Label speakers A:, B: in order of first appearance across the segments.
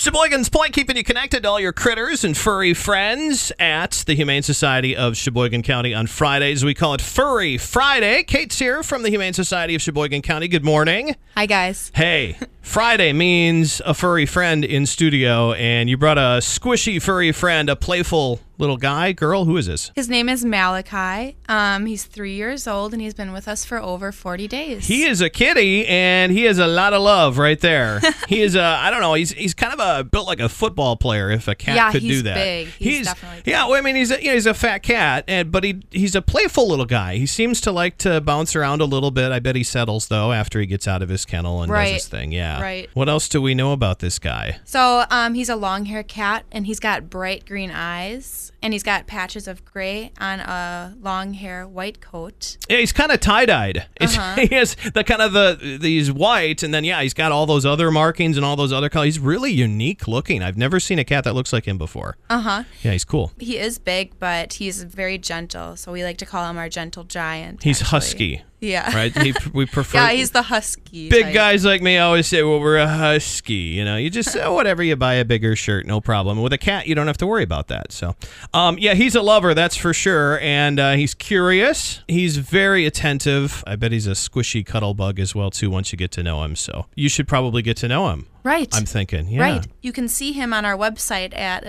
A: Sheboygan's Point, keeping you connected to all your critters and furry friends at the Humane Society of Sheboygan County on Fridays. We call it Furry Friday. Kate's here from the Humane Society of Sheboygan County. Good morning.
B: Hi, guys.
A: Hey, Friday means a furry friend in studio, and you brought a squishy furry friend, a playful little guy, girl. Who is this?
B: His name is Malachi. Um, he's three years old and he's been with us for over 40 days.
A: He is a kitty, and he has a lot of love right there. he is a, I don't know, he's he's kind of a built like a football player. If a cat
B: Yeah,
A: could do
B: he's
A: that,
B: big. He's definitely big.
A: yeah. Well, I mean, he's a, you know, he's a fat cat, and but he he's a playful little guy. He seems to like to bounce around a little bit. I bet he settles though after he gets out of his kennel and
B: Right.
A: does his thing. Yeah.
B: Right.
A: What else do we know about this guy?
B: so um, he's a long haired cat and he's got bright green eyes and he's got patches of gray on a long hair white coat.
A: Yeah, he's kind of tie dyed.
B: Uh-huh.
A: He has the kind of the these white, and then yeah, he's got all those other markings and all those other colors. He's really unique looking. I've never seen a cat that looks like him before.
B: Uh huh.
A: Yeah, he's cool.
B: He is big, but he's very gentle. So we like to call him our gentle giant.
A: He's
B: actually.
A: husky,
B: Yeah.
A: right? He, we prefer.
B: yeah, he's the husky.
A: big
B: type.
A: guys like me always say, "Well, we're a husky." You know, you just oh, whatever you buy a bigger shirt, no problem. With a cat, you don't have to worry about that. So, um, yeah, he's a lover, that's for sure, and uh, he's curious. He's very attentive. I bet he's a squishy cuddle bug as well too. Once you get to know him, so you should probably get to know him.
B: Right.
A: I'm thinking, yeah.
B: Right. You can see him on our website at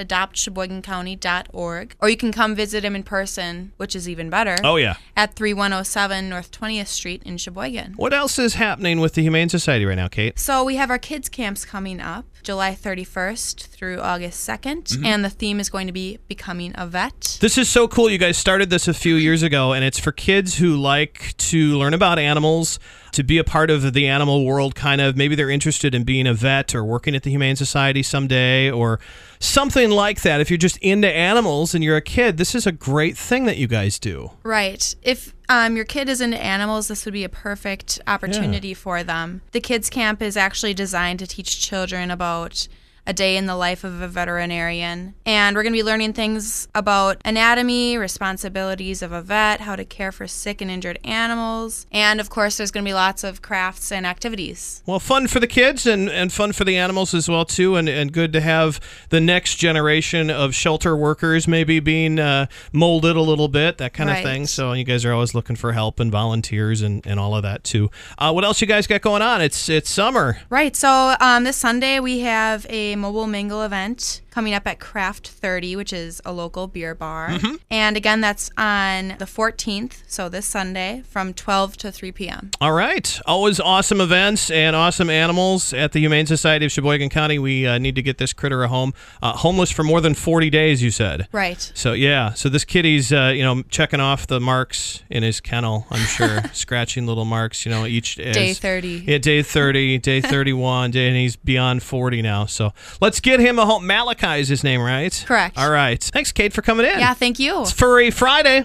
B: adoptsheboygancounty.org, or you can come visit him in person, which is even better.
A: Oh yeah.
B: At 3107 North 20th Street in Sheboygan.
A: What else is happening with the Humane Society right now, Kate?
B: So we have our kids' camps coming up July 31st through August 2nd, and the theme is going to be Becoming a Vet.
A: This is so cool. You guys started this a few years ago, and it's for kids who like to learn about animals, to be a part of the animal world, kind of. Maybe they're interested in being a vet or working at the Humane Society someday or something like that. If you're just into animals and you're a kid, this is a great thing that you guys do.
B: Right. If um, your kid is into animals, this would be a perfect opportunity for them. The kids' camp is actually designed to teach children about a day in the life of a veterinarian. And we're going to be learning things about anatomy, responsibilities of a vet, how to care for sick and injured animals. And of course, there's going to be lots of crafts and activities.
A: Well, fun for the kids and, and fun for the animals as well too, and, and good to have the next generation of shelter workers maybe being uh, molded a little bit, that kind of
B: Right.
A: thing. So you guys are always looking for help and volunteers and, and all of that too. Uh, what else you guys got going on? It's it's summer.
B: Right. So um, this Sunday we have a mobile mingle event coming up at Craft 30, which is a local beer bar. And again, that's on the 14th, so this Sunday from 12 to 3 p.m.
A: All right, always awesome events and awesome animals at the Humane Society of Sheboygan County. We uh, need to get this critter a home. Uh, homeless for more than forty days, you said.
B: Right.
A: So yeah, so this kitty's uh, you know checking off the marks in his kennel. I'm sure scratching little marks. You know each as,
B: Day 30.
A: Yeah, day thirty, day thirty-one, day, and he's beyond forty now. So let's get him a home. Malachi is his name, right?
B: Correct.
A: All right. Thanks, Kate, for coming in.
B: Yeah. Thank you.
A: It's Furry Friday.